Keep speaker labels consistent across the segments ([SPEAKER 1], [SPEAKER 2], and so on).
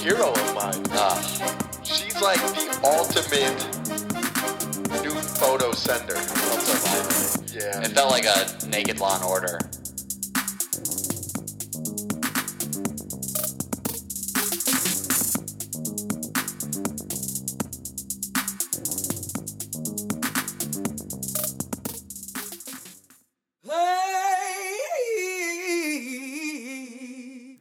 [SPEAKER 1] hero of mine. She's like the ultimate nude photo sender.
[SPEAKER 2] That's so
[SPEAKER 1] Yeah.
[SPEAKER 2] fine. It felt like a naked Law and Order.
[SPEAKER 3] Play.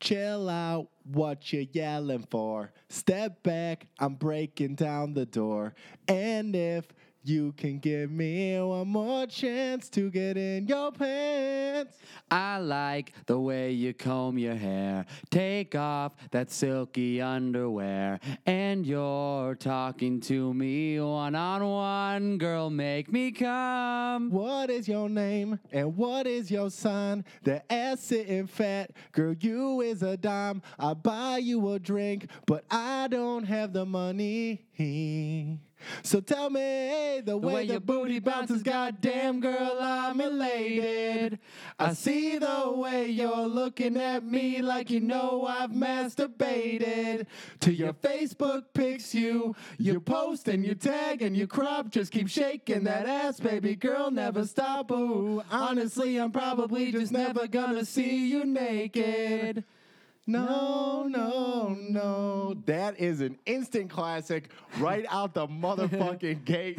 [SPEAKER 4] Chill out, what you yelling for? Step back, I'm breaking down the door. And if you can give me one more chance to get in your pants,
[SPEAKER 5] I like the way you comb your hair. Take off that silky underwear. And you're talking to me one on one. Girl, make me come.
[SPEAKER 4] what is your name and what is your sign? The ass sitting fat, girl, you is a dime. I buy you a drink, but I don't have the money. So tell me the,
[SPEAKER 5] The
[SPEAKER 4] way,
[SPEAKER 5] way
[SPEAKER 4] the
[SPEAKER 5] your booty bounces, goddamn girl, I'm elated.
[SPEAKER 4] I see the way you're looking at me like you know I've masturbated. To your Facebook pics, you you post and you tag and you crop. Just keep shaking that ass, baby girl, never stop. Ooh, honestly, I'm probably just never gonna see you naked. No, no, no. That is an instant classic right out the motherfucking gate.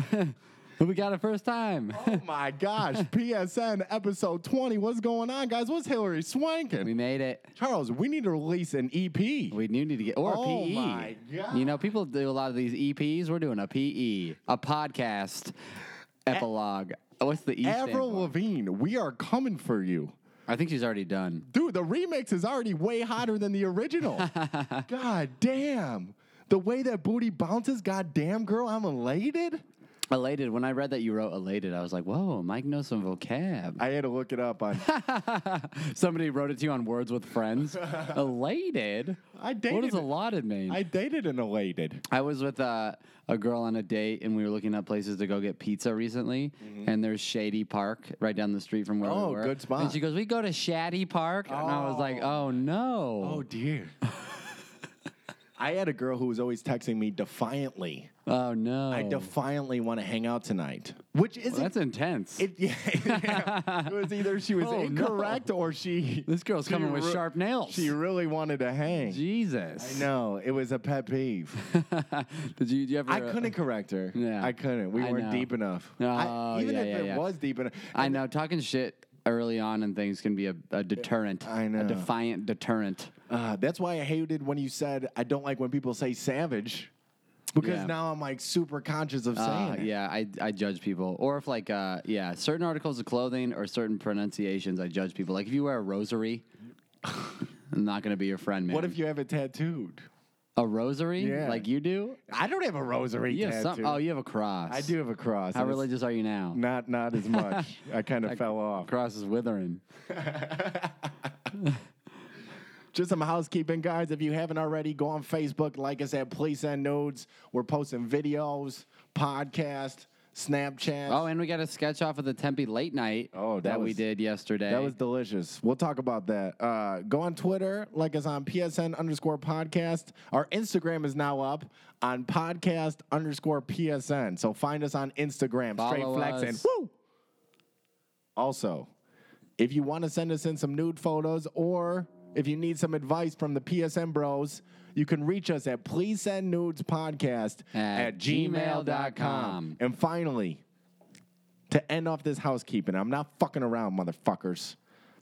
[SPEAKER 5] We got it first time.
[SPEAKER 4] Oh my gosh, PSN episode 20. What's going on, guys? What's Hillary
[SPEAKER 5] we
[SPEAKER 4] swanking?
[SPEAKER 5] made it.
[SPEAKER 4] Charles, we need to release an E EP.
[SPEAKER 5] We do need to get or a
[SPEAKER 4] Oh
[SPEAKER 5] PE.
[SPEAKER 4] my God.
[SPEAKER 5] You know, people do a lot of these EPs. We're doing a PE, a
[SPEAKER 4] E
[SPEAKER 5] podcast epilogue. What's the E? stand
[SPEAKER 4] Avril
[SPEAKER 5] for?
[SPEAKER 4] Lavigne, we are coming for you.
[SPEAKER 5] I think she's already done.
[SPEAKER 4] Dude, the remix is already way hotter than the original. God damn. The way that booty bounces, goddamn girl, I'm elated.
[SPEAKER 5] Elated. When I read that you wrote elated, I was like, whoa, Mike knows some vocab.
[SPEAKER 4] I had to look it up on
[SPEAKER 5] Somebody wrote it to you on Words with Friends. elated.
[SPEAKER 4] I
[SPEAKER 5] What
[SPEAKER 4] dated-
[SPEAKER 5] does allotted mean?
[SPEAKER 4] I dated an elated.
[SPEAKER 5] I was with uh, a girl on a date, and we were looking up places to go get pizza recently. And there's Shady Park right down the street from where
[SPEAKER 4] Mm-hmm. Oh,
[SPEAKER 5] we were.
[SPEAKER 4] good
[SPEAKER 5] And
[SPEAKER 4] spot.
[SPEAKER 5] she goes, "We go to Shady Park," and I was like, "Oh no!"
[SPEAKER 4] dear. I had a girl who was always texting me defiantly.
[SPEAKER 5] Oh no!
[SPEAKER 4] I defiantly want to hang out tonight, which isn't.
[SPEAKER 5] Well, that's intense.
[SPEAKER 4] it, yeah, yeah. it was either she was
[SPEAKER 5] Oh, no.
[SPEAKER 4] incorrect or she.
[SPEAKER 5] this girl's
[SPEAKER 4] she
[SPEAKER 5] coming with
[SPEAKER 4] re-
[SPEAKER 5] sharp nails.
[SPEAKER 4] She really wanted to hang.
[SPEAKER 5] Jesus.
[SPEAKER 4] no, it was a pet peeve.
[SPEAKER 5] Did you, did you ever? uh,
[SPEAKER 4] I couldn't correct her.
[SPEAKER 5] Yeah.
[SPEAKER 4] I couldn't. We
[SPEAKER 5] I
[SPEAKER 4] weren't
[SPEAKER 5] know.
[SPEAKER 4] deep enough.
[SPEAKER 5] Oh,
[SPEAKER 4] I, even
[SPEAKER 5] yeah,
[SPEAKER 4] if
[SPEAKER 5] yeah,
[SPEAKER 4] it
[SPEAKER 5] yeah.
[SPEAKER 4] was deep enough.
[SPEAKER 5] I know talking shit early on and things can be a, a deterrent.
[SPEAKER 4] I know.
[SPEAKER 5] A defiant deterrent.
[SPEAKER 4] Uh, that's why I hated when you said I don't like when people say savage, because
[SPEAKER 5] Yeah.
[SPEAKER 4] now I'm like super conscious of saying
[SPEAKER 5] Uh,
[SPEAKER 4] it.
[SPEAKER 5] yeah, I, I judge people. Or if like uh yeah, certain articles of clothing or certain pronunciations, I judge people. Like if you wear a rosary, I'm not gonna be your friend, man.
[SPEAKER 4] What if you have it tattooed?
[SPEAKER 5] a rosary?
[SPEAKER 4] Yeah.
[SPEAKER 5] Like you do?
[SPEAKER 4] I don't have a rosary
[SPEAKER 5] You have
[SPEAKER 4] tattoo.
[SPEAKER 5] some, oh, you have a cross.
[SPEAKER 4] I do have a cross.
[SPEAKER 5] How
[SPEAKER 4] and it's-
[SPEAKER 5] religious are you now?
[SPEAKER 4] Not not as much. I kind of fell off.
[SPEAKER 5] Cross is withering.
[SPEAKER 4] Just some housekeeping, guys. If you haven't already, go on Facebook, like us at Please Send Nodes. We're posting videos, podcast, Snapchat.
[SPEAKER 5] Oh, and we got a sketch off of the Tempe late night
[SPEAKER 4] Oh, that
[SPEAKER 5] we
[SPEAKER 4] was-
[SPEAKER 5] did yesterday.
[SPEAKER 4] that was delicious. We'll talk about that. Uh, go on Twitter, like us on PSN underscore podcast. Our Instagram is now up on podcast underscore PSN. So find us on Instagram, straight
[SPEAKER 5] Follow
[SPEAKER 4] flex and
[SPEAKER 5] us.
[SPEAKER 4] woo. Also, if you want to send us in some nude photos or if you need some advice from the PSN bros, you can reach us at please send nudes podcast
[SPEAKER 5] At
[SPEAKER 4] at gmail.com.
[SPEAKER 5] gmail.com.
[SPEAKER 4] And finally, to end off this housekeeping, I'm not fucking around, motherfuckers.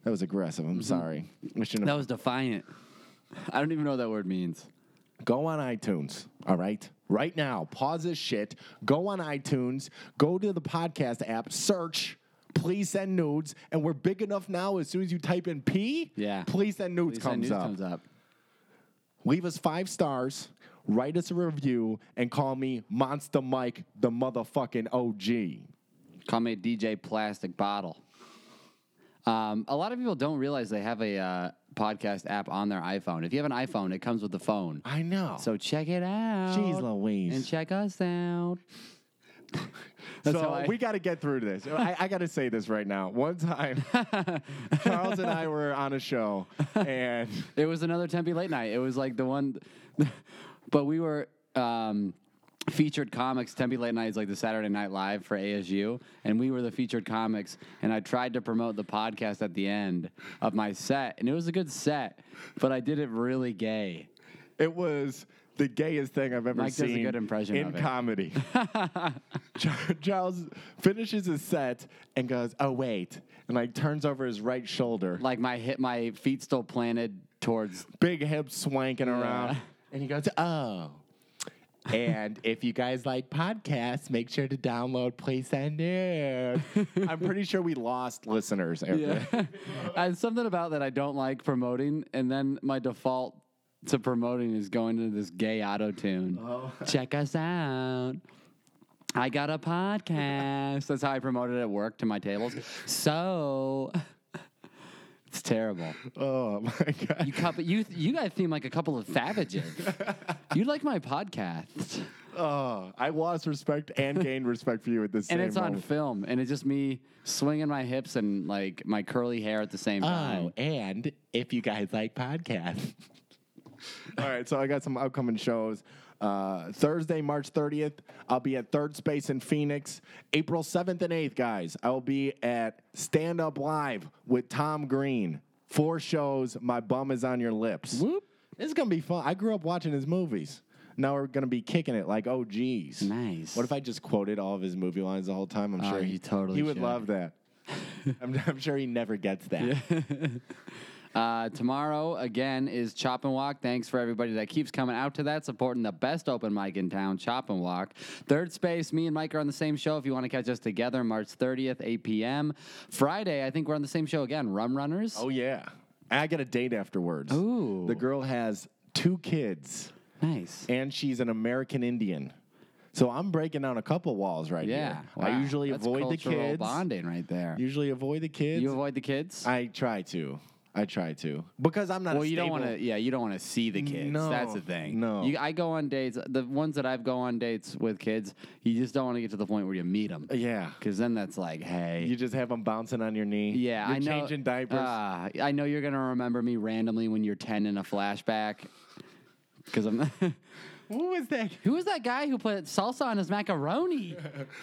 [SPEAKER 4] That was aggressive. I'm sorry. We shouldn't
[SPEAKER 5] that was defiant. I don't even know what that word means.
[SPEAKER 4] go on iTunes, all right? Right now, pause this shit, go on iTunes, go to the podcast app, search, please send nudes, and we're big enough now as soon as you type in P,
[SPEAKER 5] Yeah.
[SPEAKER 4] please send nudes,
[SPEAKER 5] Lisa
[SPEAKER 4] comes,
[SPEAKER 5] News
[SPEAKER 4] up.
[SPEAKER 5] comes up.
[SPEAKER 4] Leave us five stars, write us a review, and call me Monster Mike, the motherfucking OG.
[SPEAKER 5] Call me DJ Plastic Bottle. Um, a lot of people don't realize they have a uh, podcast app on their iPhone. If you have an iPhone, it comes with the phone.
[SPEAKER 4] I know.
[SPEAKER 5] So check it out.
[SPEAKER 4] Jeez Louise.
[SPEAKER 5] And check us out. That's
[SPEAKER 4] so
[SPEAKER 5] how I-
[SPEAKER 4] we got to get through to this. I, I got to say this right now. One time, Charles and I were on a show, and
[SPEAKER 5] It was another Tempe late night. It was like the one, but we were um, featured comics. Tempe late night is like the Saturday Night Live for ASU, and we were the featured comics. And I tried to promote the podcast at the end of my set, and it was a good set, but I did it really gay.
[SPEAKER 4] it was the gayest thing I've ever
[SPEAKER 5] Mike does
[SPEAKER 4] seen
[SPEAKER 5] a good impression
[SPEAKER 4] in
[SPEAKER 5] of it.
[SPEAKER 4] comedy. Char- Charles finishes his set and goes, "Oh wait," and like turns over his right shoulder,
[SPEAKER 5] Like my hit, my feet still planted towards.
[SPEAKER 4] big hips swanking around,
[SPEAKER 5] Yeah.
[SPEAKER 4] and he goes, "Oh." and if you guys like podcasts, make sure to download Place and Air. I'm pretty sure we lost listeners. after that.
[SPEAKER 5] and something about that I don't like promoting, and then my default to promoting is going to this gay auto tune.
[SPEAKER 4] Oh.
[SPEAKER 5] Check us out. I got a podcast. That's how I promoted it at work to my tables. So it's terrible.
[SPEAKER 4] Oh my god!
[SPEAKER 5] You couple, you you guys seem like a couple of savages. you like my podcast,
[SPEAKER 4] Oh, I lost respect and gained respect for you at the same
[SPEAKER 5] and it's on
[SPEAKER 4] moment.
[SPEAKER 5] film, and it's just me swinging my hips and like my curly hair at the same time.
[SPEAKER 4] Oh, and if you guys like podcasts. All right, so I got some upcoming shows. Uh, Thursday, March 30th, I'll be at Third Space in Phoenix. April 7th and 8th, guys, I will be at Stand Up Live with Tom Green. Four shows, My Bum is on Your Lips. Whoop. This is going to be fun. I grew up watching his movies. Now we're going to be kicking it like, oh, geez.
[SPEAKER 5] Nice.
[SPEAKER 4] What if I just quoted all of his movie lines the whole time? I'm
[SPEAKER 5] Oh,
[SPEAKER 4] sure
[SPEAKER 5] you totally
[SPEAKER 4] he would
[SPEAKER 5] should.
[SPEAKER 4] love that. I'm, I'm sure he never gets that.
[SPEAKER 5] Uh, tomorrow again is Chop and Walk. Thanks for everybody that keeps coming out to that, supporting the best open mic in town, Chop and Walk. Third Space, me and Mike are on the same show. If you want to catch us together, March 30th, 8 p.m. Friday, I think we're on the same show again. Rum Runners.
[SPEAKER 4] Oh yeah. And I got a date afterwards.
[SPEAKER 5] Ooh.
[SPEAKER 4] The girl has two kids
[SPEAKER 5] nice.
[SPEAKER 4] and she's an American Indian. So I'm breaking down a couple walls right
[SPEAKER 5] yeah.
[SPEAKER 4] here.
[SPEAKER 5] wow.
[SPEAKER 4] I usually
[SPEAKER 5] That's
[SPEAKER 4] avoid the
[SPEAKER 5] cultural
[SPEAKER 4] kids.
[SPEAKER 5] Bonding right there. You,
[SPEAKER 4] Usually avoid the kids.
[SPEAKER 5] avoid the kids.
[SPEAKER 4] I try to. I try to. Because I'm not
[SPEAKER 5] well,
[SPEAKER 4] a
[SPEAKER 5] you don't
[SPEAKER 4] stable-
[SPEAKER 5] want to. Yeah, you don't want to see the kids.
[SPEAKER 4] No,
[SPEAKER 5] That's the thing.
[SPEAKER 4] no.
[SPEAKER 5] you, I go on dates. The ones that I've go on dates with kids, you just don't want to get to the point where you meet them.
[SPEAKER 4] Uh, Yeah.
[SPEAKER 5] Because then that's like, hey,
[SPEAKER 4] You just have them bouncing on your knee.
[SPEAKER 5] Yeah,
[SPEAKER 4] You're
[SPEAKER 5] I know.
[SPEAKER 4] changing diapers.
[SPEAKER 5] Ah, I know you're gonna remember me randomly when you're ten in a flashback. Because I'm.
[SPEAKER 4] Who is that?
[SPEAKER 5] Who is that guy who put salsa on his macaroni?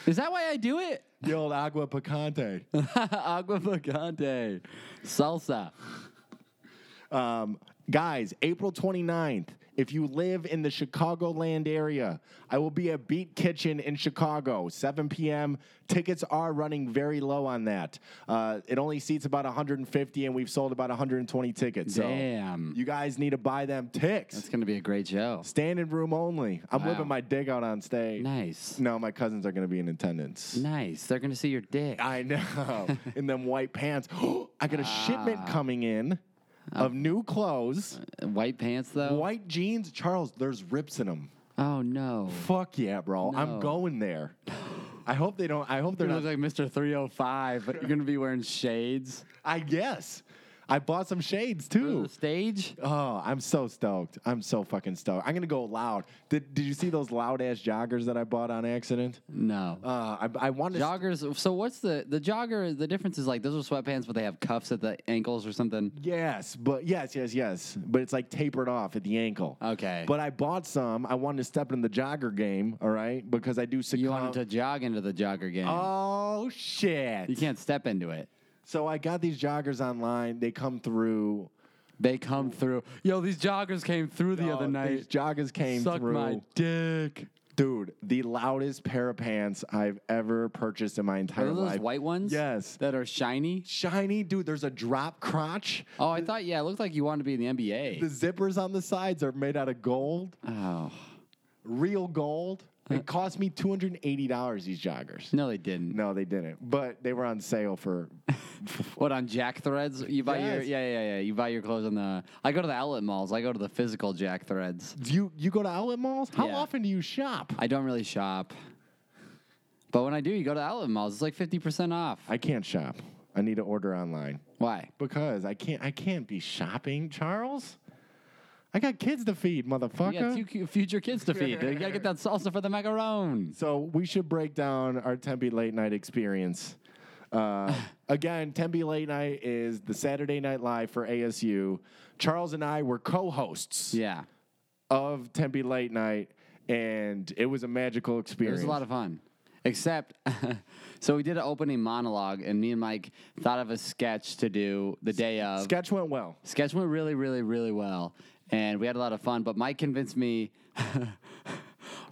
[SPEAKER 5] Is that why I do it?
[SPEAKER 4] The old agua picante.
[SPEAKER 5] Agua picante, salsa.
[SPEAKER 4] Um, guys, April 29th, if you live in the Chicagoland area, I will be at Beat Kitchen in Chicago, 7 p.m. Tickets are running very low on that. Uh, it only seats about 150, and we've sold about 120 tickets. So
[SPEAKER 5] Damn.
[SPEAKER 4] you guys need to buy them
[SPEAKER 5] It's
[SPEAKER 4] ticks.
[SPEAKER 5] gonna be a great show.
[SPEAKER 4] Standing room only. I'm
[SPEAKER 5] Wow.
[SPEAKER 4] living my dig out on stage.
[SPEAKER 5] Nice,
[SPEAKER 4] No, my cousins are going to be in attendance.
[SPEAKER 5] nice. They're gonna see your dick.
[SPEAKER 4] I know. in them white pants. I got a
[SPEAKER 5] Ah.
[SPEAKER 4] shipment coming in of new clothes.
[SPEAKER 5] White pants though.
[SPEAKER 4] White jeans, Charles, there's rips in them.
[SPEAKER 5] Oh no.
[SPEAKER 4] Fuck yeah, bro. I'm
[SPEAKER 5] No.
[SPEAKER 4] going there. I hope they don't. I hope they're
[SPEAKER 5] You
[SPEAKER 4] not.
[SPEAKER 5] look like Mr. 305, but you're gonna be wearing shades.
[SPEAKER 4] I guess. I bought some shades
[SPEAKER 5] for
[SPEAKER 4] too.
[SPEAKER 5] The stage.
[SPEAKER 4] Oh, I'm so stoked. I'm so fucking stoked. I'm going to go loud. Did, did you see those loud ass joggers that I bought on accident?
[SPEAKER 5] No.
[SPEAKER 4] Uh, I, I wanted to.
[SPEAKER 5] Joggers. So what's the the jogger? The difference is like those are sweatpants, but they have cuffs at the ankles or something.
[SPEAKER 4] Yes, but yes, yes, yes. But it's like tapered off at the ankle.
[SPEAKER 5] Okay.
[SPEAKER 4] But I bought some. I wanted to step in the jogger game, all right? Because I do succumb.
[SPEAKER 5] You want 'em to jog into the jogger game.
[SPEAKER 4] Oh, shit.
[SPEAKER 5] you can't step into it.
[SPEAKER 4] So I got these joggers online. They come through.
[SPEAKER 5] They come through. Yo, these joggers came through the other
[SPEAKER 4] Oh, These
[SPEAKER 5] night.
[SPEAKER 4] joggers came
[SPEAKER 5] Suck
[SPEAKER 4] through.
[SPEAKER 5] my dick.
[SPEAKER 4] Dude, the loudest pair of pants I've ever purchased in my
[SPEAKER 5] Are
[SPEAKER 4] entire
[SPEAKER 5] those
[SPEAKER 4] life.
[SPEAKER 5] white ones?
[SPEAKER 4] Yes.
[SPEAKER 5] That are shiny.
[SPEAKER 4] Shiny, dude. There's a drop crotch.
[SPEAKER 5] Oh, I thought yeah. It looked like you wanted to be in the NBA.
[SPEAKER 4] The zippers on the sides are made out of gold,
[SPEAKER 5] oh
[SPEAKER 4] real gold. It cost me two hundred and eighty dollars. These joggers.
[SPEAKER 5] no, they didn't.
[SPEAKER 4] No, they didn't. But they were on sale for.
[SPEAKER 5] What on Jack Threads? You buy your
[SPEAKER 4] Yes.
[SPEAKER 5] yeah yeah yeah. You buy your clothes on the. I go to the outlet malls. I go to the physical Jack Threads.
[SPEAKER 4] Do you you go to outlet malls? How
[SPEAKER 5] Yeah.
[SPEAKER 4] often do you shop?
[SPEAKER 5] I don't really shop. But when I do, you go to outlet malls. It's like 50% off.
[SPEAKER 4] I can't shop. I need to order online.
[SPEAKER 5] Why?
[SPEAKER 4] Because I can't I can't be shopping, Charles. I got kids to feed, motherfucker.
[SPEAKER 5] You got two cu- future kids to feed. You gotta get that salsa for the macarons.
[SPEAKER 4] So we should break down our Tempe late night experience. Uh, again, Tempe late night is the Saturday Night Live for ASU. Charles and I were co-hosts
[SPEAKER 5] Yeah,
[SPEAKER 4] of Tempe late night, and it was a magical
[SPEAKER 5] it
[SPEAKER 4] experience.
[SPEAKER 5] was a lot of fun. Except, so we did an opening monologue, and me and Mike thought of a sketch to do the day of.
[SPEAKER 4] sketch went well.
[SPEAKER 5] Sketch went really, really, really well, and we had a lot of fun. But Mike convinced me.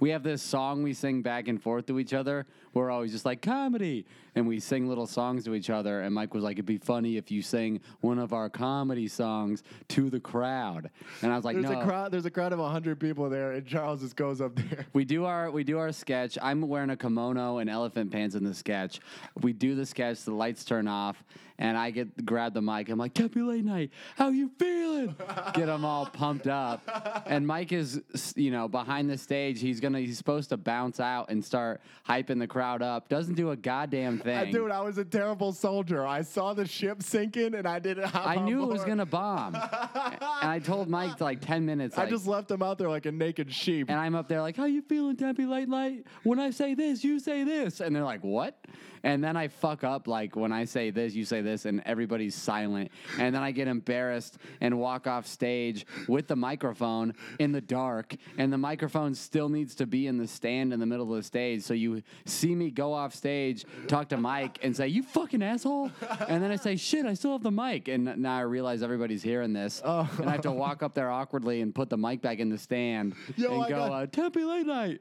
[SPEAKER 5] we have this song we sing back and forth to each other. We're always just like comedy, and we sing little songs to each other. And Mike was like, "It'd be funny if you sang one of our comedy songs to the crowd." And I was like,
[SPEAKER 4] There's
[SPEAKER 5] "No."
[SPEAKER 4] a crowd. There's a crowd of hundred people there, and Charles just goes up there.
[SPEAKER 5] We do our we do our sketch. I'm wearing a kimono and elephant pants in the sketch. We do the sketch. The lights turn off, and I get grab the mic. I'm like, "Happy late night. How you feeling?" get them all pumped up. And Mike is, you know, behind the stage. He's gonna he's supposed to bounce out and start hyping the crowd up. Doesn't do a goddamn thing.
[SPEAKER 4] I, dude, I was a terrible soldier. I saw the ship sinking, and I didn't. hop
[SPEAKER 5] I
[SPEAKER 4] on
[SPEAKER 5] knew it was
[SPEAKER 4] board.
[SPEAKER 5] gonna bomb. and I told Mike like ten minutes.
[SPEAKER 4] I
[SPEAKER 5] like,
[SPEAKER 4] just left him out there like a naked sheep.
[SPEAKER 5] And I'm up there like, "How you feeling, Tempe Light Light? When I say this, you say this." And they're like, "What?" And then I fuck up like when I say this, you say this, and everybody's silent. And then I get embarrassed and walk off stage with the microphone in the dark, and the microphone still needs to be in the stand in the middle of the stage. So you see me go off stage, talk to Mike, and say, "You fucking asshole!" And then I say, "Shit, I still have the mic." And now I realize everybody's hearing this, and I have to walk up there awkwardly and put the mic back in the stand
[SPEAKER 4] Yo,
[SPEAKER 5] and
[SPEAKER 4] I
[SPEAKER 5] go,
[SPEAKER 4] got-
[SPEAKER 5] uh, Tempe Late Night.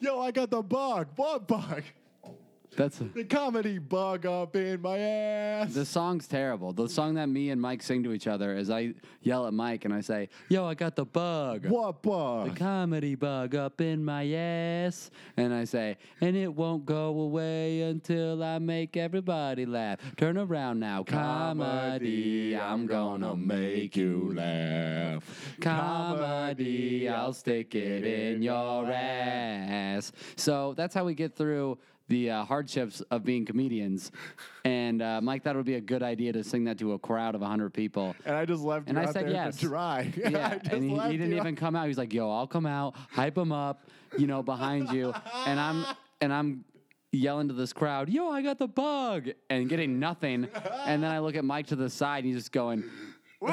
[SPEAKER 4] Yo, I got the bug. What bug?
[SPEAKER 5] That's
[SPEAKER 4] The comedy bug up in my ass.
[SPEAKER 5] the song's terrible. The song that me and Mike sing to each other is I yell at Mike and I say, Yo, I got the bug.
[SPEAKER 4] what bug?
[SPEAKER 5] Comedy bug up in my ass. And I say, and it won't go away until I make everybody laugh. Turn around now. Comedy, I'm gonna make you laugh. Comedy, I'll stick it in your ass. So that's how we get through the uh, hardships of being comedians. And uh, Mike thought it would be a good idea to sing that to a crowd of 100 people.
[SPEAKER 4] And I just left
[SPEAKER 5] And
[SPEAKER 4] you
[SPEAKER 5] I
[SPEAKER 4] out
[SPEAKER 5] said
[SPEAKER 4] there
[SPEAKER 5] yes.
[SPEAKER 4] to dry. I
[SPEAKER 5] Yeah,
[SPEAKER 4] just
[SPEAKER 5] and he,
[SPEAKER 4] left
[SPEAKER 5] he didn't
[SPEAKER 4] you
[SPEAKER 5] even come out. He's like, "Yo, I'll come out, hype him up, you know, behind you." And I'm and I'm yelling to this crowd, "Yo, I got the bug," and getting nothing. And then I look at Mike to the side, and he's just going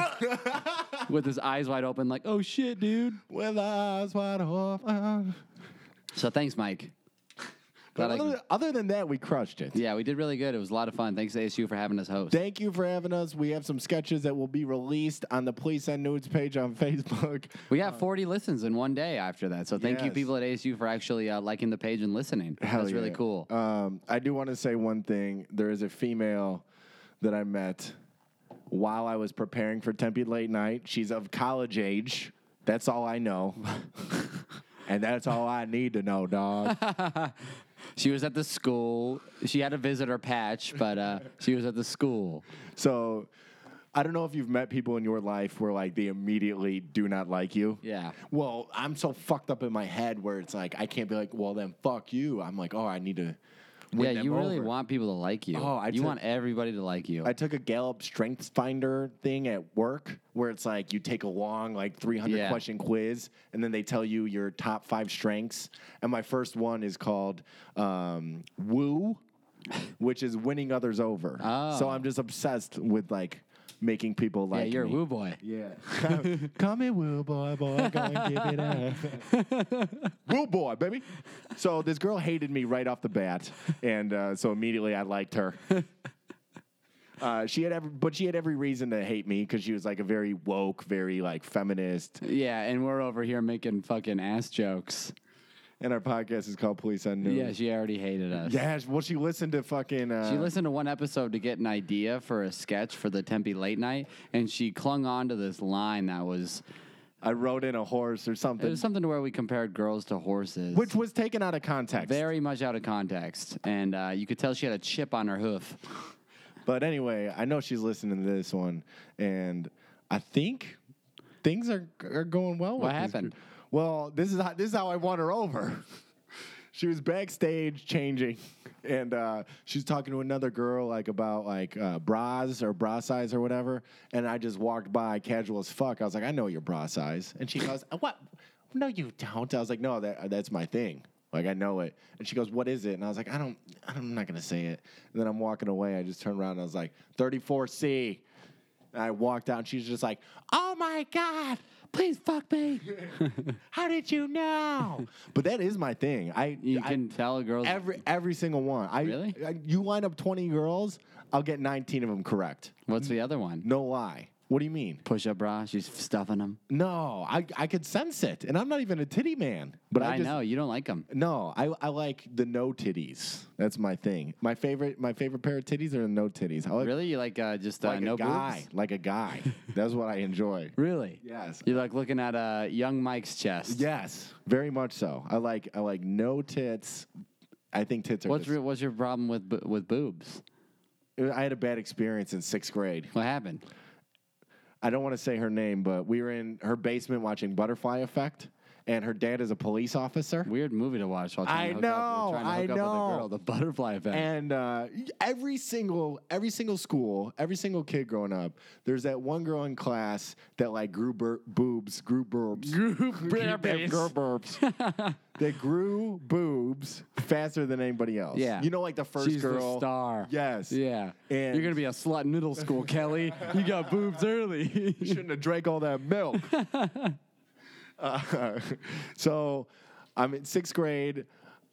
[SPEAKER 5] with his eyes wide open, like, "Oh shit, dude."
[SPEAKER 4] with eyes wide open.
[SPEAKER 5] So thanks, Mike.
[SPEAKER 4] But
[SPEAKER 5] Glad I
[SPEAKER 4] other,
[SPEAKER 5] could-
[SPEAKER 4] other than that, we crushed it.
[SPEAKER 5] yeah, we did really good. It was a lot of fun. Thanks to ASU for having us host.
[SPEAKER 4] Thank you for having us. We have some sketches that will be released on the Police and Nudes page on Facebook.
[SPEAKER 5] We got 40 listens in one day after that. So thank you,
[SPEAKER 4] Yes.
[SPEAKER 5] people at ASU, for actually uh, liking the page and listening.
[SPEAKER 4] Hell
[SPEAKER 5] That's really
[SPEAKER 4] yeah.
[SPEAKER 5] cool.
[SPEAKER 4] Um, I do want to say one thing. There is a female that I met while I was preparing for Tempe Late Night. She's of college age. That's all I know. and that's all I need to know, dog.
[SPEAKER 5] She was at the school. She had a visitor patch, but uh, she was at the school.
[SPEAKER 4] so I don't know if you've met people in your life where like they immediately do not like you.
[SPEAKER 5] Yeah.
[SPEAKER 4] Well, I'm so fucked up in my head where it's like I can't be like, well then fuck you. I'm like, oh, I need to. win
[SPEAKER 5] yeah,
[SPEAKER 4] them
[SPEAKER 5] you really
[SPEAKER 4] over.
[SPEAKER 5] want people to like you.
[SPEAKER 4] Oh, I
[SPEAKER 5] you
[SPEAKER 4] took-
[SPEAKER 5] want everybody to like you.
[SPEAKER 4] I took a Gallup Strengths Finder thing at work where it's like you take a long, like 300
[SPEAKER 5] Yeah.
[SPEAKER 4] question quiz, and then they tell you your top five strengths. And my first one is called um, Woo, which is winning others over. So
[SPEAKER 5] Oh.
[SPEAKER 4] I'm just obsessed with like making people
[SPEAKER 5] yeah,
[SPEAKER 4] like
[SPEAKER 5] you're
[SPEAKER 4] me.
[SPEAKER 5] a woo boy.
[SPEAKER 4] Yeah. Come here, Will Boy, boy. Go and give it up. Will Boy, baby. So this girl hated me right off the bat. And uh, so immediately I liked her. Uh, she had every, but she had every reason to hate me because she was like a very woke, very like feminist.
[SPEAKER 5] Yeah, and we're over here making fucking ass jokes.
[SPEAKER 4] And our podcast is called Police Unknown.
[SPEAKER 5] Yeah, she already hated us.
[SPEAKER 4] yeah. Well, she listened to fucking. Uh,
[SPEAKER 5] She listened to one episode to get an idea for a sketch for the Tempe late night, and she clung on to this line that was
[SPEAKER 4] I rode in a horse or
[SPEAKER 5] it
[SPEAKER 4] something,
[SPEAKER 5] was something to where we compared girls to horses,
[SPEAKER 4] which was taken out of context.
[SPEAKER 5] very much out of context, and uh, you could tell she had a chip on her hoof.
[SPEAKER 4] But anyway, I know she's listening to this one, and I think things are are going well.
[SPEAKER 5] What
[SPEAKER 4] with this
[SPEAKER 5] happened?
[SPEAKER 4] group. Well, this is how, this is how I won her over. she was backstage changing, and uh, she's talking to another girl like about like uh, bras or bra size or whatever. And I just walked by, casual as fuck. I was like, I know your bra size, and she goes, "Uh, "What? No, you don't." I was like, "No, that uh, that's my thing." Like I know it, and she goes, "What is it?" And I was like, "I don't, I'm not gonna say it." And then I'm walking away. I just turned around and I was like, "34C." And I walked out, and she's just like, "Oh my god, please fuck me! How did you know?" but that is my thing. I
[SPEAKER 5] You
[SPEAKER 4] I-
[SPEAKER 5] can tell a girl's
[SPEAKER 4] every every single one. I,
[SPEAKER 5] Really?
[SPEAKER 4] I- you line up 20 girls, I'll get 19 of them correct.
[SPEAKER 5] What's the other one?
[SPEAKER 4] No lie. What do you mean?
[SPEAKER 5] Push up bra. She's stuffing them.
[SPEAKER 4] No, I I could sense it, and I'm not even a titty man. But I,
[SPEAKER 5] I
[SPEAKER 4] just,
[SPEAKER 5] know you don't like them.
[SPEAKER 4] No, I, I like the no titties. That's my thing. My favorite my favorite pair of titties are the no titties. I like,
[SPEAKER 5] Really, you like uh, just uh,
[SPEAKER 4] like
[SPEAKER 5] no
[SPEAKER 4] a guy,
[SPEAKER 5] boobs.
[SPEAKER 4] like a guy. That's what I enjoy.
[SPEAKER 5] Really?
[SPEAKER 4] Yes.
[SPEAKER 5] You like looking at uh, young Mike's chest.
[SPEAKER 4] Yes, very much so. I like I like no tits. I think tits are.
[SPEAKER 5] What's
[SPEAKER 4] just-
[SPEAKER 5] re- what's your problem with bo- with boobs?
[SPEAKER 4] I had a bad experience in sixth grade.
[SPEAKER 5] What happened?
[SPEAKER 4] I don't want to say her name, but we were in her basement watching Butterfly Effect, and her dad is a police officer.
[SPEAKER 5] Weird movie to watch while trying
[SPEAKER 4] I
[SPEAKER 5] to hook up,
[SPEAKER 4] know,
[SPEAKER 5] trying to hook
[SPEAKER 4] I
[SPEAKER 5] up with
[SPEAKER 4] know.
[SPEAKER 5] a girl. The butterfly effect.
[SPEAKER 4] And uh, every single every single school, every single kid growing up, there's that one girl in class that like grew bur- boobs, grew burbs, grew burps, grew burbs. that grew boobs faster than anybody else.
[SPEAKER 5] Yeah.
[SPEAKER 4] you know, like the first
[SPEAKER 5] She's the
[SPEAKER 4] girl
[SPEAKER 5] star.
[SPEAKER 4] Yes,
[SPEAKER 5] yeah,
[SPEAKER 4] And-
[SPEAKER 5] you're gonna be a slut in middle school, Kelly. You got boobs early.
[SPEAKER 4] You shouldn't have drank all that milk. Uh, so I'm in sixth grade.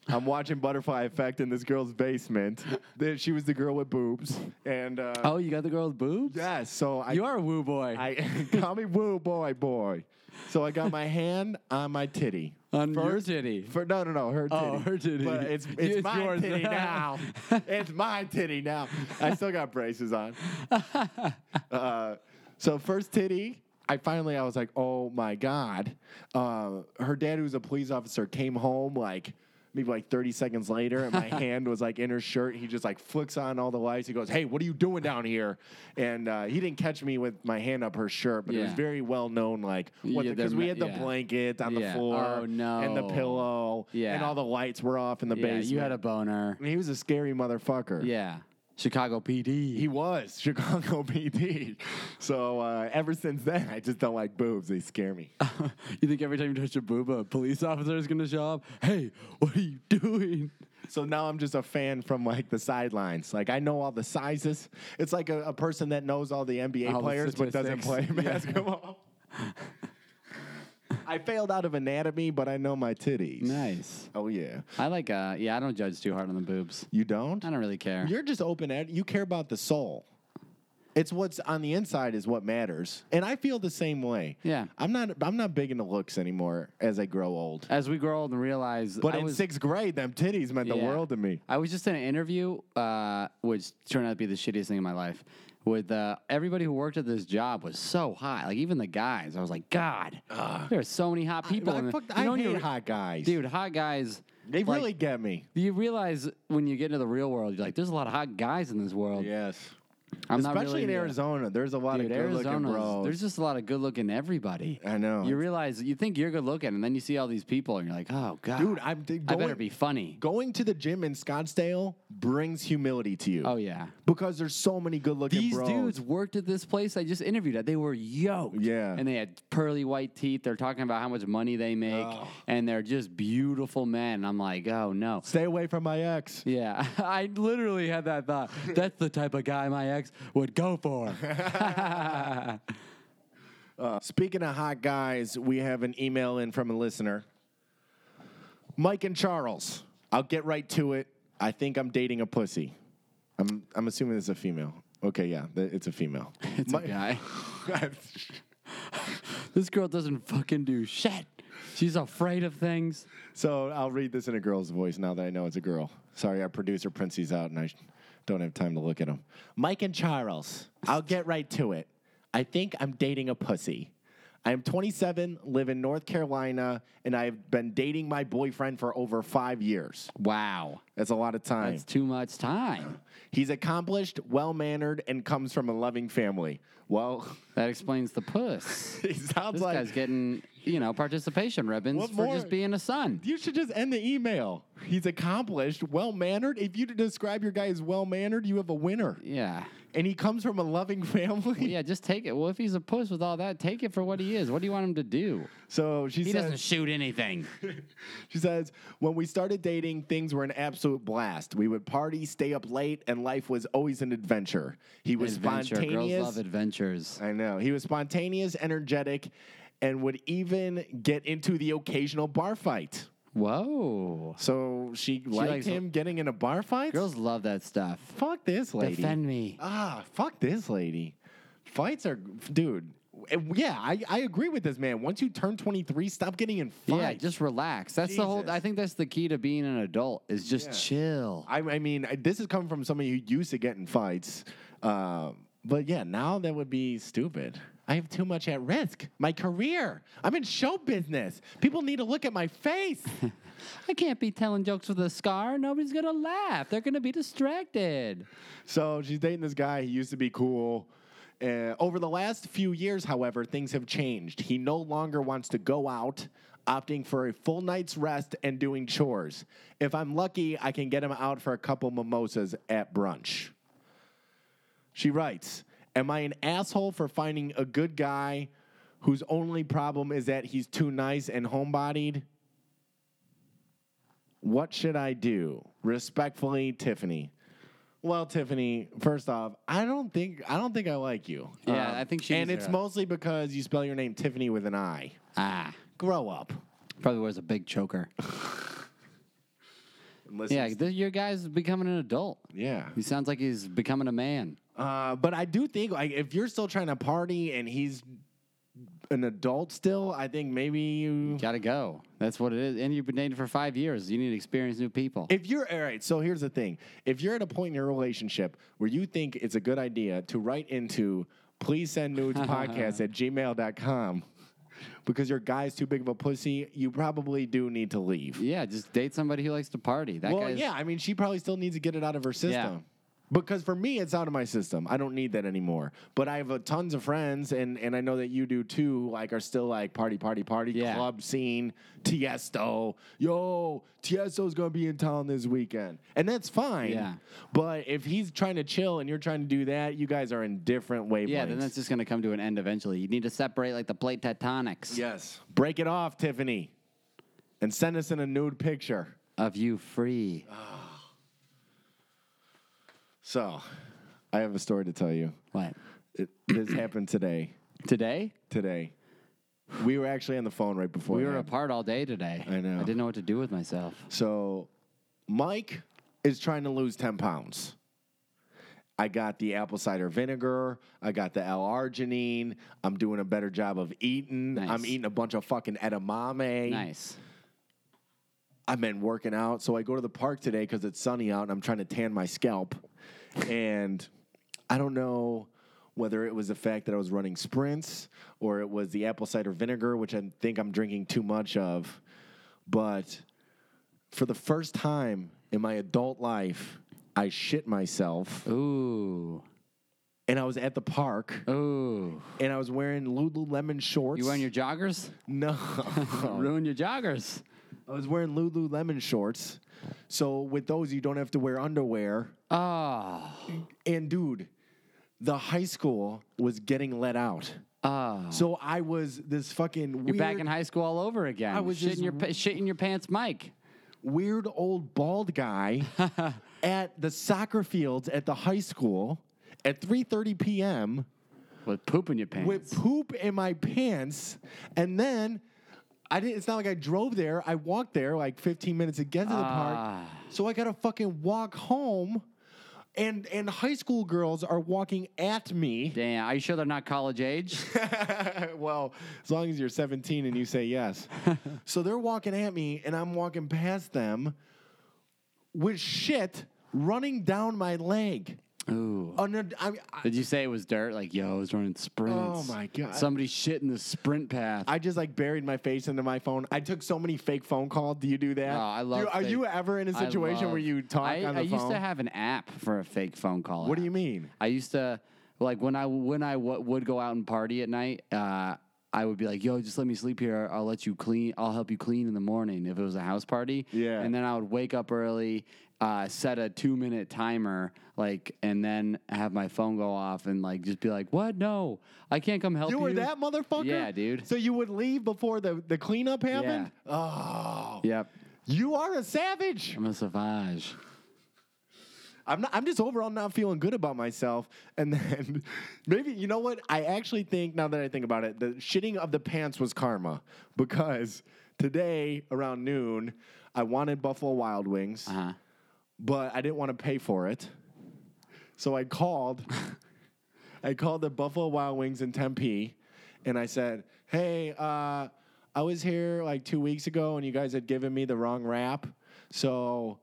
[SPEAKER 4] I'm watching Butterfly Effect in this girl's basement. Then She was the girl with boobs. And uh,
[SPEAKER 5] oh, you got the girl with boobs.
[SPEAKER 4] yes, so I,
[SPEAKER 5] you are a woo boy.
[SPEAKER 4] I call me woo boy boy. So I got my hand on my titty.
[SPEAKER 5] On your titty.
[SPEAKER 4] For, no, no, no, her titty.
[SPEAKER 5] Oh, her titty.
[SPEAKER 4] But it's it's,
[SPEAKER 5] It's
[SPEAKER 4] my
[SPEAKER 5] yours
[SPEAKER 4] titty
[SPEAKER 5] now.
[SPEAKER 4] now. it's my titty now. I still got braces on. Uh, so first titty. I finally I was like, oh my god. Uh, her dad, who's a police officer, came home like maybe like 30 seconds later, and my hand was like in her shirt. He just like flicks on all the lights. He goes, hey, what are you doing down here? And uh, he didn't catch me with my hand up her shirt, but it was
[SPEAKER 5] Yeah.
[SPEAKER 4] very well known, like what
[SPEAKER 5] Yeah,
[SPEAKER 4] because
[SPEAKER 5] they're
[SPEAKER 4] we
[SPEAKER 5] ma-
[SPEAKER 4] had the
[SPEAKER 5] yeah.
[SPEAKER 4] blanket on
[SPEAKER 5] Yeah.
[SPEAKER 4] the floor
[SPEAKER 5] Oh,
[SPEAKER 4] and the
[SPEAKER 5] no.
[SPEAKER 4] pillow,
[SPEAKER 5] Yeah.
[SPEAKER 4] and all the lights were off in the
[SPEAKER 5] yeah,
[SPEAKER 4] basement.
[SPEAKER 5] you had a boner.
[SPEAKER 4] I mean, he was a scary motherfucker.
[SPEAKER 5] Yeah, Chicago PD.
[SPEAKER 4] He was Chicago PD. So uh, ever since then, I just don't like boobs. They scare me.
[SPEAKER 5] you think every time you touch a boob, a police officer is gonna show up? Hey, what are you doing?
[SPEAKER 4] so now I'm just a fan from like the sidelines. Like I know all the sizes. It's like a, a person that knows all the NBA
[SPEAKER 5] All the
[SPEAKER 4] players but doesn't play
[SPEAKER 5] statistics. Yeah.
[SPEAKER 4] basketball. I failed out of anatomy, but I know my titties.
[SPEAKER 5] Nice.
[SPEAKER 4] Oh yeah.
[SPEAKER 5] I like. Uh, yeah, I don't judge too hard on the boobs.
[SPEAKER 4] You don't?
[SPEAKER 5] I don't really care.
[SPEAKER 4] You're just open at you care about the soul. It's what's on the inside is what matters. And I feel the same way.
[SPEAKER 5] Yeah.
[SPEAKER 4] I'm not I'm not big into looks anymore as I grow old.
[SPEAKER 5] As we grow old and realize,
[SPEAKER 4] But
[SPEAKER 5] Uh, I
[SPEAKER 4] in
[SPEAKER 5] was,
[SPEAKER 4] sixth grade, them titties meant the
[SPEAKER 5] Yeah.
[SPEAKER 4] world to me.
[SPEAKER 5] I was just in an interview, uh, which turned out to be the shittiest thing in my life. With uh, everybody who worked at this job was so hot, like even the guys. I was like, God, there are so many hot people.
[SPEAKER 4] I,
[SPEAKER 5] in the-
[SPEAKER 4] fucked-
[SPEAKER 5] you
[SPEAKER 4] I
[SPEAKER 5] know when
[SPEAKER 4] hate
[SPEAKER 5] you-
[SPEAKER 4] hot guys.
[SPEAKER 5] dude. Hot guys,
[SPEAKER 4] They
[SPEAKER 5] like,
[SPEAKER 4] really get me.
[SPEAKER 5] You realize when you get into the real world, you're like, there's a lot of hot guys in this world.
[SPEAKER 4] Yes.
[SPEAKER 5] I'm not
[SPEAKER 4] Especially
[SPEAKER 5] really
[SPEAKER 4] in
[SPEAKER 5] into-
[SPEAKER 4] Arizona. There's a lot
[SPEAKER 5] Dude,
[SPEAKER 4] of good looking
[SPEAKER 5] Arizona's-
[SPEAKER 4] bros.
[SPEAKER 5] There's just a lot of good looking everybody.
[SPEAKER 4] I know.
[SPEAKER 5] You realize you think you're good looking, and then you see all these people, and you're like, oh god,
[SPEAKER 4] Dude, I'm d-
[SPEAKER 5] I better
[SPEAKER 4] going-
[SPEAKER 5] be funny.
[SPEAKER 4] Going to the gym in Scottsdale brings humility to you.
[SPEAKER 5] Oh yeah.
[SPEAKER 4] Because there's so many good looking
[SPEAKER 5] These
[SPEAKER 4] bros.
[SPEAKER 5] dudes worked at this place I just interviewed at. They were yoked.
[SPEAKER 4] Yeah.
[SPEAKER 5] And they had pearly white teeth. They're talking about how much money they make. And they're just beautiful men. And I'm like, oh no.
[SPEAKER 4] Stay away from my ex.
[SPEAKER 5] Yeah. I literally had that thought. That's the type of guy my ex would go for.
[SPEAKER 4] Speaking of hot guys, we have an email in from a listener. Mike and Charles. I'll get right to it. I think I'm dating a pussy. I'm I'm assuming it's a female. Okay, yeah, th- it's a female.
[SPEAKER 5] It's a
[SPEAKER 4] Mi-
[SPEAKER 5] guy. This girl doesn't fucking do shit. She's afraid of things.
[SPEAKER 4] so I'll read this in a girl's voice now that I know it's a girl. Sorry, our producer prints these out and I sh- don't have time to look at them. Mike and Charles. I'll get right to it. I think I'm dating a pussy. I am 27, live in North Carolina, and I've been dating my boyfriend for over five years.
[SPEAKER 5] Wow.
[SPEAKER 4] That's a lot of time.
[SPEAKER 5] That's too much time.
[SPEAKER 4] He's accomplished, well mannered, and comes from a loving family. Well,
[SPEAKER 5] That explains the puss.
[SPEAKER 4] he sounds
[SPEAKER 5] this
[SPEAKER 4] like
[SPEAKER 5] guy's getting, you know, participation ribbons
[SPEAKER 4] What
[SPEAKER 5] for
[SPEAKER 4] more?
[SPEAKER 5] just being a son.
[SPEAKER 4] you should just end the email. He's accomplished, well mannered. If you describe your guy as well mannered, you have a winner.
[SPEAKER 5] Yeah.
[SPEAKER 4] And he comes from a loving family.
[SPEAKER 5] Yeah, just take it. Well, if he's a puss with all that, take it for what he is. What do you want him to do?
[SPEAKER 4] So she
[SPEAKER 5] He
[SPEAKER 4] says,
[SPEAKER 5] doesn't shoot anything.
[SPEAKER 4] She says, when we started dating, things were an absolute blast. We would party, stay up late, and life was always an adventure. He was
[SPEAKER 5] Adventure. Girls
[SPEAKER 4] spontaneous.
[SPEAKER 5] love adventures.
[SPEAKER 4] I know. He was spontaneous, energetic, and would even get into the occasional bar fight.
[SPEAKER 5] Whoa.
[SPEAKER 4] So she, liked
[SPEAKER 5] likes-
[SPEAKER 4] him getting in a bar fight?
[SPEAKER 5] Girls love that stuff.
[SPEAKER 4] fuck this lady.
[SPEAKER 5] Defend me.
[SPEAKER 4] Ah, fuck this lady. Fights are, dude. eh, Yeah, I, I agree with this man. Once you turn 23, stop getting in fights.
[SPEAKER 5] Yeah, just relax. That's the whole.
[SPEAKER 4] Jesus.
[SPEAKER 5] I think that's the key to being an adult is just
[SPEAKER 4] Yeah.
[SPEAKER 5] chill.
[SPEAKER 4] I, I mean, I- this is coming from somebody who used to get in fights. Um, but yeah, now that would be stupid. I have too much at risk. My career. I'm in show business. People need to look at my face.
[SPEAKER 5] I can't be telling jokes with a scar. Nobody's gonna laugh. They're gonna be distracted.
[SPEAKER 4] so she's dating this guy. He used to be cool. Uh, over the last few years, however, things have changed. He no longer wants to go out, opting for a full night's rest and doing chores. If I'm lucky, I can get him out for a couple mimosas at brunch. She writes, Am I an asshole for finding a good guy whose only problem is that he's too nice and homebodied? What should I do? Respectfully, Tiffany. Well, Tiffany, first off, I don't think I don't think I like you. Um,
[SPEAKER 5] Yeah, I think she
[SPEAKER 4] And
[SPEAKER 5] needs
[SPEAKER 4] it's
[SPEAKER 5] to-
[SPEAKER 4] mostly because you spell your name Tiffany with an I.
[SPEAKER 5] Ah,
[SPEAKER 4] Grow up.
[SPEAKER 5] probably wears a big choker.
[SPEAKER 4] Unless
[SPEAKER 5] yeah,
[SPEAKER 4] it's-
[SPEAKER 5] th- your guy's becoming an adult.
[SPEAKER 4] yeah.
[SPEAKER 5] He sounds like he's becoming a man.
[SPEAKER 4] Uh, but I do think like if you're still trying to party and he's an adult still, I think maybe you
[SPEAKER 5] Gotta go. That's what it is. And you've been dating for five years. You need to experience new people.
[SPEAKER 4] If you're all right, so here's the thing: if you're at a point in your relationship where you think it's a good idea to write into please send nudes podcast at gmail.com because your guy's too big of a pussy, you probably do need to leave.
[SPEAKER 5] yeah, just date somebody who likes to party. That
[SPEAKER 4] well,
[SPEAKER 5] guy's
[SPEAKER 4] yeah, I mean, she probably still needs to get it out of her system. Because for me, it's out of my system. I don't need that anymore. But I have uh, tons of friends, and, and I know that you do too. who, Like, are still like party, party, party,
[SPEAKER 5] Yeah.
[SPEAKER 4] club scene. Tiesto, yo, Tiesto's gonna be in town this weekend, and that's fine.
[SPEAKER 5] Yeah.
[SPEAKER 4] But if he's trying to chill and you're trying to do that, you guys are in different wavelengths.
[SPEAKER 5] yeah. Then that's just gonna come to an end eventually. You need to separate like the plate tectonics
[SPEAKER 4] yes. Break it off, Tiffany, and send us in a nude picture.
[SPEAKER 5] of you free.
[SPEAKER 4] Uh, So, I have a story to tell you.
[SPEAKER 5] What
[SPEAKER 4] it, this happened today.
[SPEAKER 5] today?
[SPEAKER 4] Today, we were actually on the phone right before.
[SPEAKER 5] We were apart all day today.
[SPEAKER 4] I know.
[SPEAKER 5] I didn't know what to do with myself.
[SPEAKER 4] So, Mike is trying to lose ten pounds. I got the apple cider vinegar. I got the L-arginine. I'm doing a better job of eating.
[SPEAKER 5] Nice.
[SPEAKER 4] I'm eating a bunch of fucking edamame.
[SPEAKER 5] Nice.
[SPEAKER 4] I've been working out, so I go to the park today because it's sunny out and I'm trying to tan my scalp. and I don't know whether it was the fact that I was running sprints or it was the apple cider vinegar, which I think I'm drinking too much of. But for the first time in my adult life, I shit myself.
[SPEAKER 5] Ooh.
[SPEAKER 4] And I was at the park
[SPEAKER 5] Ooh.
[SPEAKER 4] and I was wearing Lululemon shorts.
[SPEAKER 5] You wearing your joggers?
[SPEAKER 4] No.
[SPEAKER 5] Ruin your joggers.
[SPEAKER 4] I was wearing Lululemon shorts. So with those, you don't have to wear underwear.
[SPEAKER 5] Oh.
[SPEAKER 4] And dude, the high school was getting let out.
[SPEAKER 5] Oh.
[SPEAKER 4] So I was this fucking
[SPEAKER 5] You're
[SPEAKER 4] weird,
[SPEAKER 5] back in high school all over again.
[SPEAKER 4] I was
[SPEAKER 5] shitting
[SPEAKER 4] just-
[SPEAKER 5] your pa- shitting your pants, Mike.
[SPEAKER 4] weird old bald guy at the soccer fields at the high school at 3:30 p.m.
[SPEAKER 5] With poop in your pants.
[SPEAKER 4] with poop in my pants, and then I didn't. It's not like I drove there. I walked there like 15 minutes to get to the park,
[SPEAKER 5] Ah.
[SPEAKER 4] so I got to fucking walk home, and and high school girls are walking at me.
[SPEAKER 5] Damn. Are you sure they're not college age?
[SPEAKER 4] well, as long as you're 17 and you say yes. so they're walking at me, and I'm walking past them with shit running down my leg.
[SPEAKER 5] Ooh.
[SPEAKER 4] Oh no! I, I,
[SPEAKER 5] Did you say it was dirt? Like, yo, I was running sprints.
[SPEAKER 4] my God.
[SPEAKER 5] Somebody shit in the sprint path.
[SPEAKER 4] I just like buried my face into my phone. I took so many fake phone calls. Do you do that?
[SPEAKER 5] Oh, I love
[SPEAKER 4] Dude, are
[SPEAKER 5] fake-
[SPEAKER 4] you ever in a
[SPEAKER 5] I
[SPEAKER 4] situation
[SPEAKER 5] love-
[SPEAKER 4] where you talk
[SPEAKER 5] I,
[SPEAKER 4] on the
[SPEAKER 5] I
[SPEAKER 4] phone?
[SPEAKER 5] used to have an app for a fake phone call.
[SPEAKER 4] What do
[SPEAKER 5] app.
[SPEAKER 4] you mean?
[SPEAKER 5] I used to like when I when I w- would go out and party at night. Uh, I would be like, "Yo, just let me sleep here. I'll let you clean. I'll help you clean in the morning if it was a house party."
[SPEAKER 4] Yeah.
[SPEAKER 5] and then I would wake up early, uh, set a two minute timer, like, and then have my phone go off and like just be like, "What? No, I can't come help you."
[SPEAKER 4] You were that motherfucker?
[SPEAKER 5] Yeah, dude.
[SPEAKER 4] So you would leave before the, the cleanup happened? Oh.
[SPEAKER 5] Yep,
[SPEAKER 4] You are a savage.
[SPEAKER 5] I'm a savage.
[SPEAKER 4] I'm not I'm just overall not feeling good about myself. And then maybe you know what? I actually think now that I think about it, the shitting of the pants was karma. Because today around noon, I wanted Buffalo Wild Wings,
[SPEAKER 5] Uh-huh.
[SPEAKER 4] but I didn't want to pay for it. So I called I called the Buffalo Wild Wings in Tempe and I said, Hey, uh, I was here like two weeks ago and you guys had given me the wrong wrap. So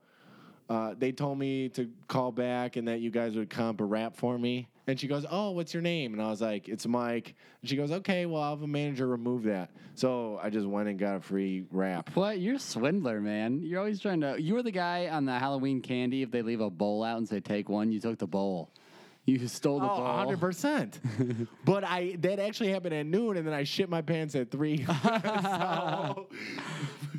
[SPEAKER 4] uh, they told me to call back and that you guys would comp a wrap for me. And she goes, Oh, what's your name? And I was like, It's Mike. And she goes, Okay, well, I'll have a manager remove that. So I just went and got a free wrap.
[SPEAKER 5] What? You're a swindler, man. You're always trying to. You were the guy on the Halloween candy. If they leave a bowl out and say take one, you took the bowl. You stole the
[SPEAKER 4] Oh,
[SPEAKER 5] bowl.
[SPEAKER 4] 100%. but I that actually happened at noon, and then I shit my pants at three. So-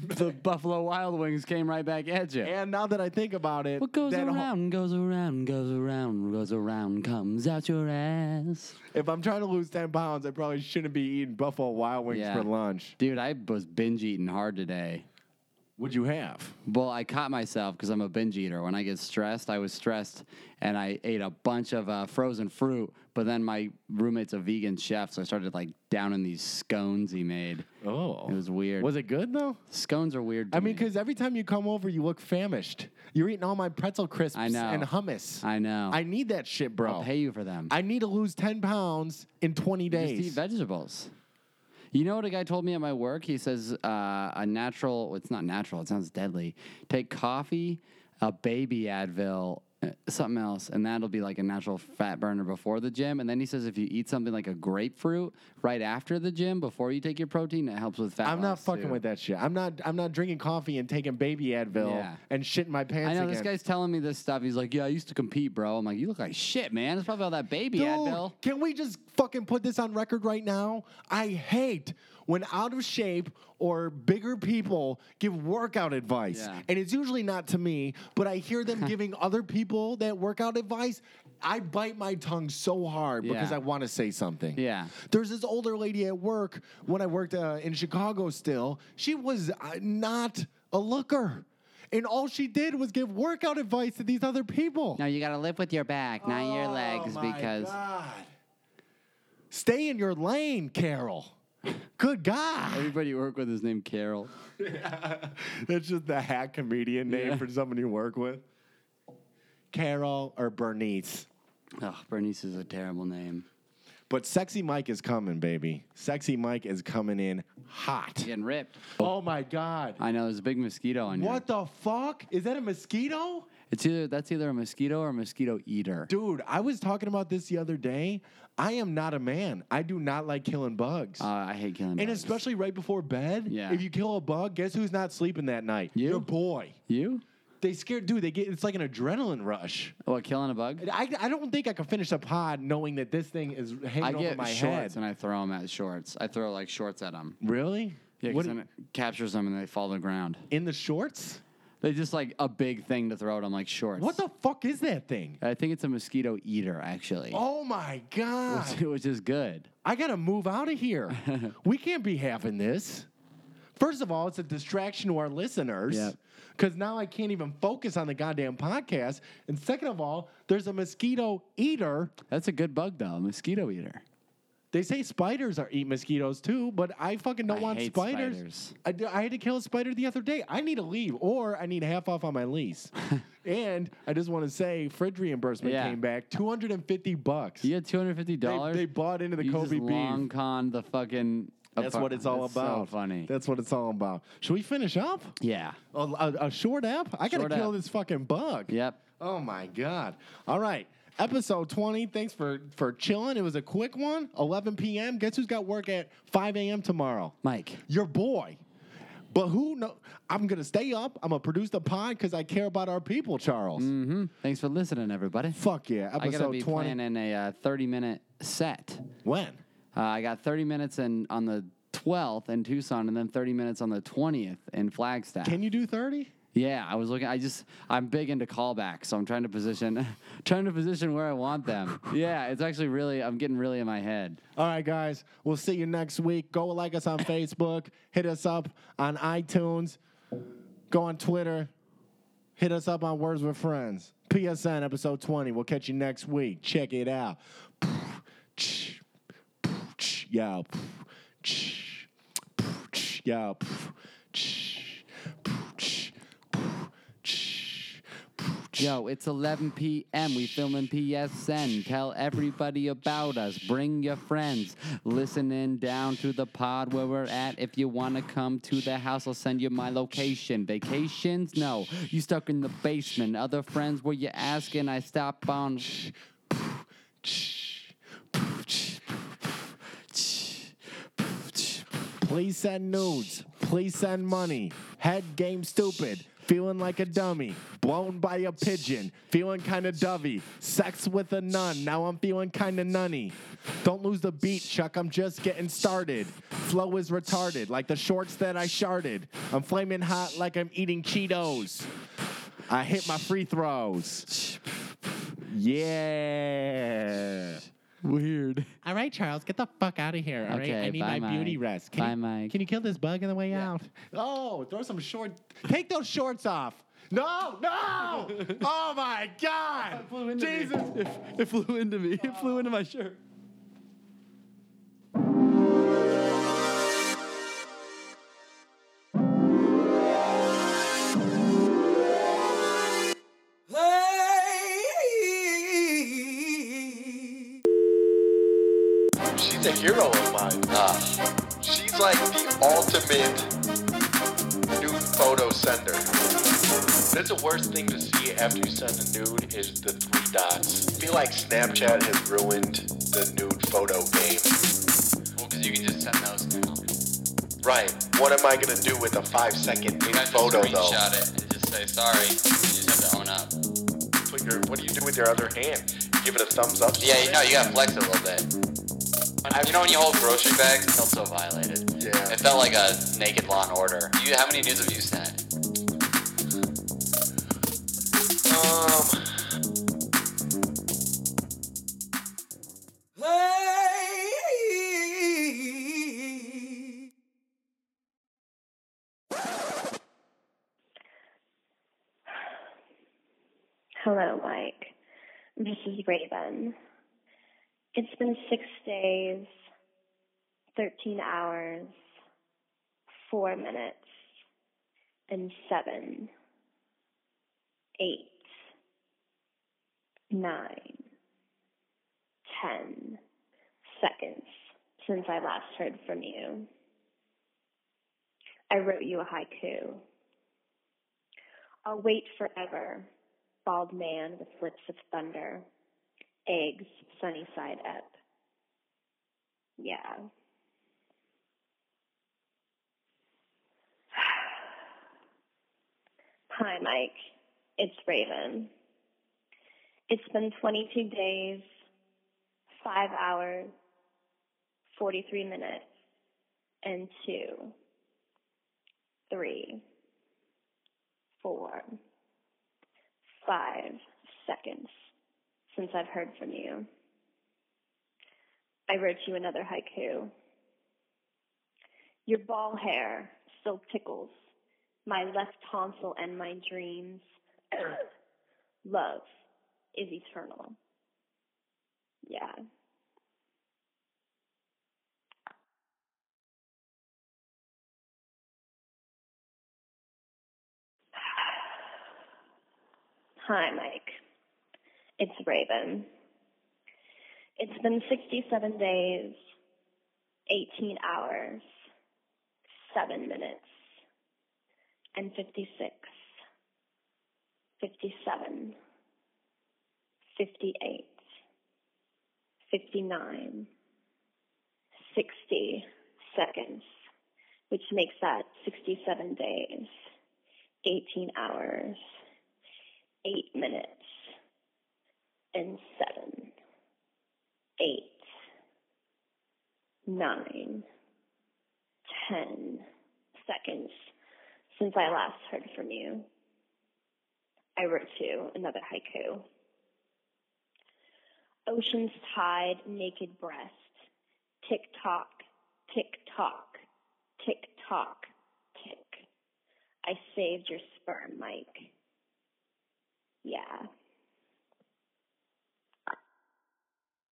[SPEAKER 5] The Buffalo Wild Wings came right back at you.
[SPEAKER 4] And now that I think about it,
[SPEAKER 5] what goes
[SPEAKER 4] that whole-
[SPEAKER 5] around goes around goes around goes around comes out your ass.
[SPEAKER 4] if I'm trying to lose 10 pounds, I probably shouldn't be eating Buffalo Wild Wings
[SPEAKER 5] Yeah.
[SPEAKER 4] for lunch.
[SPEAKER 5] Dude, I was binge eating hard today.
[SPEAKER 4] What'd you have?
[SPEAKER 5] Well, I caught myself because I'm a binge eater. When I get stressed, I was stressed and I ate a bunch of uh, frozen fruit. But then my roommate's a vegan chef, so I started like downing these scones he made.
[SPEAKER 4] Oh.
[SPEAKER 5] It was weird.
[SPEAKER 4] Was it good, though?
[SPEAKER 5] Scones are weird. to
[SPEAKER 4] I mean,
[SPEAKER 5] me.
[SPEAKER 4] because every time you come over, you look famished. You're eating all my pretzel crisps
[SPEAKER 5] I know.
[SPEAKER 4] and hummus.
[SPEAKER 5] I know.
[SPEAKER 4] I need that shit, bro.
[SPEAKER 5] I'll pay you for them.
[SPEAKER 4] I need to lose 10 pounds in 20
[SPEAKER 5] You just eat
[SPEAKER 4] days.
[SPEAKER 5] vegetables. You know what a guy told me at my work? He says uh, a natural. It's not natural. It sounds deadly. Take coffee, a baby Advil. uh, Something else, and that'll be like a natural fat burner before the gym. And then he says if you eat something like a grapefruit right after the gym, before you take your protein, it helps with fat.
[SPEAKER 4] I'm not
[SPEAKER 5] loss,
[SPEAKER 4] fucking
[SPEAKER 5] too.
[SPEAKER 4] with that shit. I'm not. I'm not drinking coffee and taking baby Advil
[SPEAKER 5] Yeah.
[SPEAKER 4] and shitting my pants.
[SPEAKER 5] I know this
[SPEAKER 4] again.
[SPEAKER 5] guy's telling me this stuff. He's like, "Yeah, I used to compete, bro." I'm like, "You look like shit, man." It's probably all that baby
[SPEAKER 4] Dude,
[SPEAKER 5] Advil.
[SPEAKER 4] Can we just fucking put this on record right now? I hate when out of shape or bigger people give workout advice.
[SPEAKER 5] Yeah.
[SPEAKER 4] And it's usually not to me, but I hear them giving other people that workout advice. I bite my tongue so hard because
[SPEAKER 5] Yeah.
[SPEAKER 4] I want to say something.
[SPEAKER 5] Yeah.
[SPEAKER 4] There's this older lady at work when I worked uh, in Chicago still. She was uh, not a looker. And all she did was give workout advice to these other people.
[SPEAKER 5] No, you got to lift with your back, not your
[SPEAKER 4] Oh,
[SPEAKER 5] legs,
[SPEAKER 4] my
[SPEAKER 5] because
[SPEAKER 4] God. Stay in your lane, Carol. Good God.
[SPEAKER 5] everybody you work with is named Carol.
[SPEAKER 4] That's just the hack comedian name
[SPEAKER 5] Yeah.
[SPEAKER 4] for someone you work with. Carol or Bernice.
[SPEAKER 5] Oh, Bernice is a terrible name.
[SPEAKER 4] But Sexy Mike is coming, baby. Sexy Mike is coming in hot.
[SPEAKER 5] Getting ripped.
[SPEAKER 4] Oh my God.
[SPEAKER 5] I know there's a big mosquito on you.
[SPEAKER 4] What the fuck? Is that a mosquito?
[SPEAKER 5] It's either that's either a mosquito or a mosquito eater.
[SPEAKER 4] Dude, I was talking about this the other day. I am not a man. I do not like killing bugs.
[SPEAKER 5] Uh, I hate killing.
[SPEAKER 4] And
[SPEAKER 5] bugs.
[SPEAKER 4] especially right before bed.
[SPEAKER 5] Yeah.
[SPEAKER 4] If you kill a bug, guess who's not sleeping that night?
[SPEAKER 5] You?
[SPEAKER 4] Your boy.
[SPEAKER 5] you. Oh,
[SPEAKER 4] They scared, dude. They get it's like an adrenaline rush.
[SPEAKER 5] What killing a bug?
[SPEAKER 4] And I, I don't think I can finish a pod knowing that this thing is hanging
[SPEAKER 5] I
[SPEAKER 4] over
[SPEAKER 5] get
[SPEAKER 4] my
[SPEAKER 5] shorts
[SPEAKER 4] head.
[SPEAKER 5] and I throw them at shorts. I throw like shorts at them.
[SPEAKER 4] really?
[SPEAKER 5] Yeah,
[SPEAKER 4] What-
[SPEAKER 5] because then it captures them and they fall to the ground.
[SPEAKER 4] in the shorts?
[SPEAKER 5] They just like a big thing to throw at them like shorts.
[SPEAKER 4] What the fuck is that thing?
[SPEAKER 5] I think it's a mosquito eater actually,
[SPEAKER 4] Oh my
[SPEAKER 5] which,
[SPEAKER 4] god!
[SPEAKER 5] which is good.
[SPEAKER 4] I gotta move out of here. we can't be having this. First of all, it's a distraction to our listeners.
[SPEAKER 5] Yep.
[SPEAKER 4] Because now I can't even focus on the goddamn podcast. And second of all, there's a mosquito eater
[SPEAKER 5] That's a good bug though, a mosquito eater.
[SPEAKER 4] They say spiders are eat mosquitoes too, but I fucking don't
[SPEAKER 5] I
[SPEAKER 4] want
[SPEAKER 5] hate
[SPEAKER 4] spiders.
[SPEAKER 5] spiders.
[SPEAKER 4] I, d- I had to kill a spider the other day. I need to leave, or I need half off on my lease. and I just want to say, fridge reimbursement
[SPEAKER 5] Yeah.
[SPEAKER 4] came back two hundred and fifty bucks.
[SPEAKER 5] You had two hundred fifty
[SPEAKER 4] They,
[SPEAKER 5] dollars.
[SPEAKER 4] they bought into the
[SPEAKER 5] you
[SPEAKER 4] Kobe
[SPEAKER 5] just
[SPEAKER 4] beef.
[SPEAKER 5] long con the fucking.
[SPEAKER 4] That's
[SPEAKER 5] apart-
[SPEAKER 4] what it's all
[SPEAKER 5] That's
[SPEAKER 4] about.
[SPEAKER 5] So funny.
[SPEAKER 4] That's what it's all about. Should we finish up?
[SPEAKER 5] yeah.
[SPEAKER 4] A, a, a short app? I gotta
[SPEAKER 5] Short
[SPEAKER 4] kill
[SPEAKER 5] app.
[SPEAKER 4] this fucking bug.
[SPEAKER 5] Yep.
[SPEAKER 4] Oh my god. All right. Episode 20. Thanks for for chilling. It was a quick one. 11 p.m. Guess who's got work at 5 a.m. tomorrow?
[SPEAKER 5] Mike.
[SPEAKER 4] Your boy. But who know? I'm gonna stay up. I'm gonna produce the pod because I care about our people, Charles.
[SPEAKER 5] Mm-hmm. Thanks for listening, everybody.
[SPEAKER 4] Fuck yeah.
[SPEAKER 5] I gotta
[SPEAKER 4] Episode
[SPEAKER 5] be
[SPEAKER 4] 20.
[SPEAKER 5] planning a uh, 30 minute set.
[SPEAKER 4] When?
[SPEAKER 5] Uh, I got 30 minutes in, on the 12th in Tucson, and then 30 minutes on the 20th in Flagstaff.
[SPEAKER 4] Can you do 30?
[SPEAKER 5] yeah, I was looking. I just I'm big into callbacks, so I'm trying to position, trying to position where I want them. yeah, it's actually really I'm getting really in my head.
[SPEAKER 4] All right, guys. We'll see you next week. Go like us on Facebook. Hit us up on iTunes. Go on Twitter. Hit us up on Words with Friends. PSN episode 20. We'll catch you next week. Check it out. Yeah. Yeah.
[SPEAKER 5] Yo, it's 11 p.m. We filming PSN. Tell everybody about us. Bring your friends. Listening down to the pod where we're at. If you wanna come to the house, I'll send you my location. Vacations? No, you stuck in the basement. Other friends, where you asking? I stop on.
[SPEAKER 4] Please send nudes. Please send money. Head game stupid. Feeling like a dummy. Blown by a pigeon. Feeling kind of dovey. Sex with a nun. Now I'm feeling kind of nunny. Don't lose the beat, Chuck. I'm just getting started. Flow is retarded, like the shorts that I sharded. I'm flaming hot like I'm eating Cheetos. I hit my free throws. Yeah.
[SPEAKER 5] Weird.
[SPEAKER 4] All right, Charles, get the fuck out of here. All right,
[SPEAKER 5] Okay,
[SPEAKER 4] I need
[SPEAKER 5] bye,
[SPEAKER 4] my beauty
[SPEAKER 5] Mike.
[SPEAKER 4] rest. Can
[SPEAKER 5] Bye,
[SPEAKER 4] you,
[SPEAKER 5] Mike.
[SPEAKER 4] Can you kill this bug on the way out? Oh, throw some short. Take those shorts off. No, no! oh my God! Jesus!
[SPEAKER 5] It flew into me. It flew into my shirt.
[SPEAKER 6] Hey.
[SPEAKER 1] She's a hero of mine.
[SPEAKER 2] Uh,
[SPEAKER 1] She's like the ultimate nude photo sender.
[SPEAKER 2] that's the worst thing to see after you send a nude is the three dots.
[SPEAKER 1] I feel like Snapchat has ruined the nude photo game.
[SPEAKER 2] Well, because you can just send those now.
[SPEAKER 1] Right. What am I gonna do with a five second
[SPEAKER 2] You
[SPEAKER 1] nude
[SPEAKER 2] guys
[SPEAKER 1] photo
[SPEAKER 2] just
[SPEAKER 1] though?
[SPEAKER 2] screenshot it and just say sorry. You just have to own up.
[SPEAKER 1] Put your, what do you do with your other hand? Give it a thumbs up.
[SPEAKER 2] Yeah, you know, you gotta flex a little bit. you know when you hold grocery bags, it felt so violated.
[SPEAKER 1] Yeah.
[SPEAKER 2] It felt like a naked Law and Order. You, how many nudes have you sent?
[SPEAKER 1] Um.
[SPEAKER 6] Hey.
[SPEAKER 7] Hello, Mike. This is Raven. It's been six days, 13 hours, four minutes, and seven, eight, nine, ten seconds since I last heard from you. I wrote you a haiku. I'll wait forever bald man with lips of thunder, eggs sunny side up. Yeah. Hi, Mike. It's Raven. It's been 22 days, 5 hours, 43 minutes, and 2, 3, 4 five seconds since I've heard from you. I wrote you another haiku. Your ball hair still tickles my left tonsil and my dreams. Love is eternal. Yeah. Hi, Mike. It's Raven. It's been 67 days, 18 hours, 7 minutes, and 56, 57, 58, 59, 60 seconds, which makes that 67 days, 18 hours, 8 minutes, and 7, 8, 9, 10 seconds since I last heard from you. I wrote you another haiku. Ocean's tide, naked breast. Tick tock, tick tock, tick tock, tick. I saved your sperm, Mike. Yeah.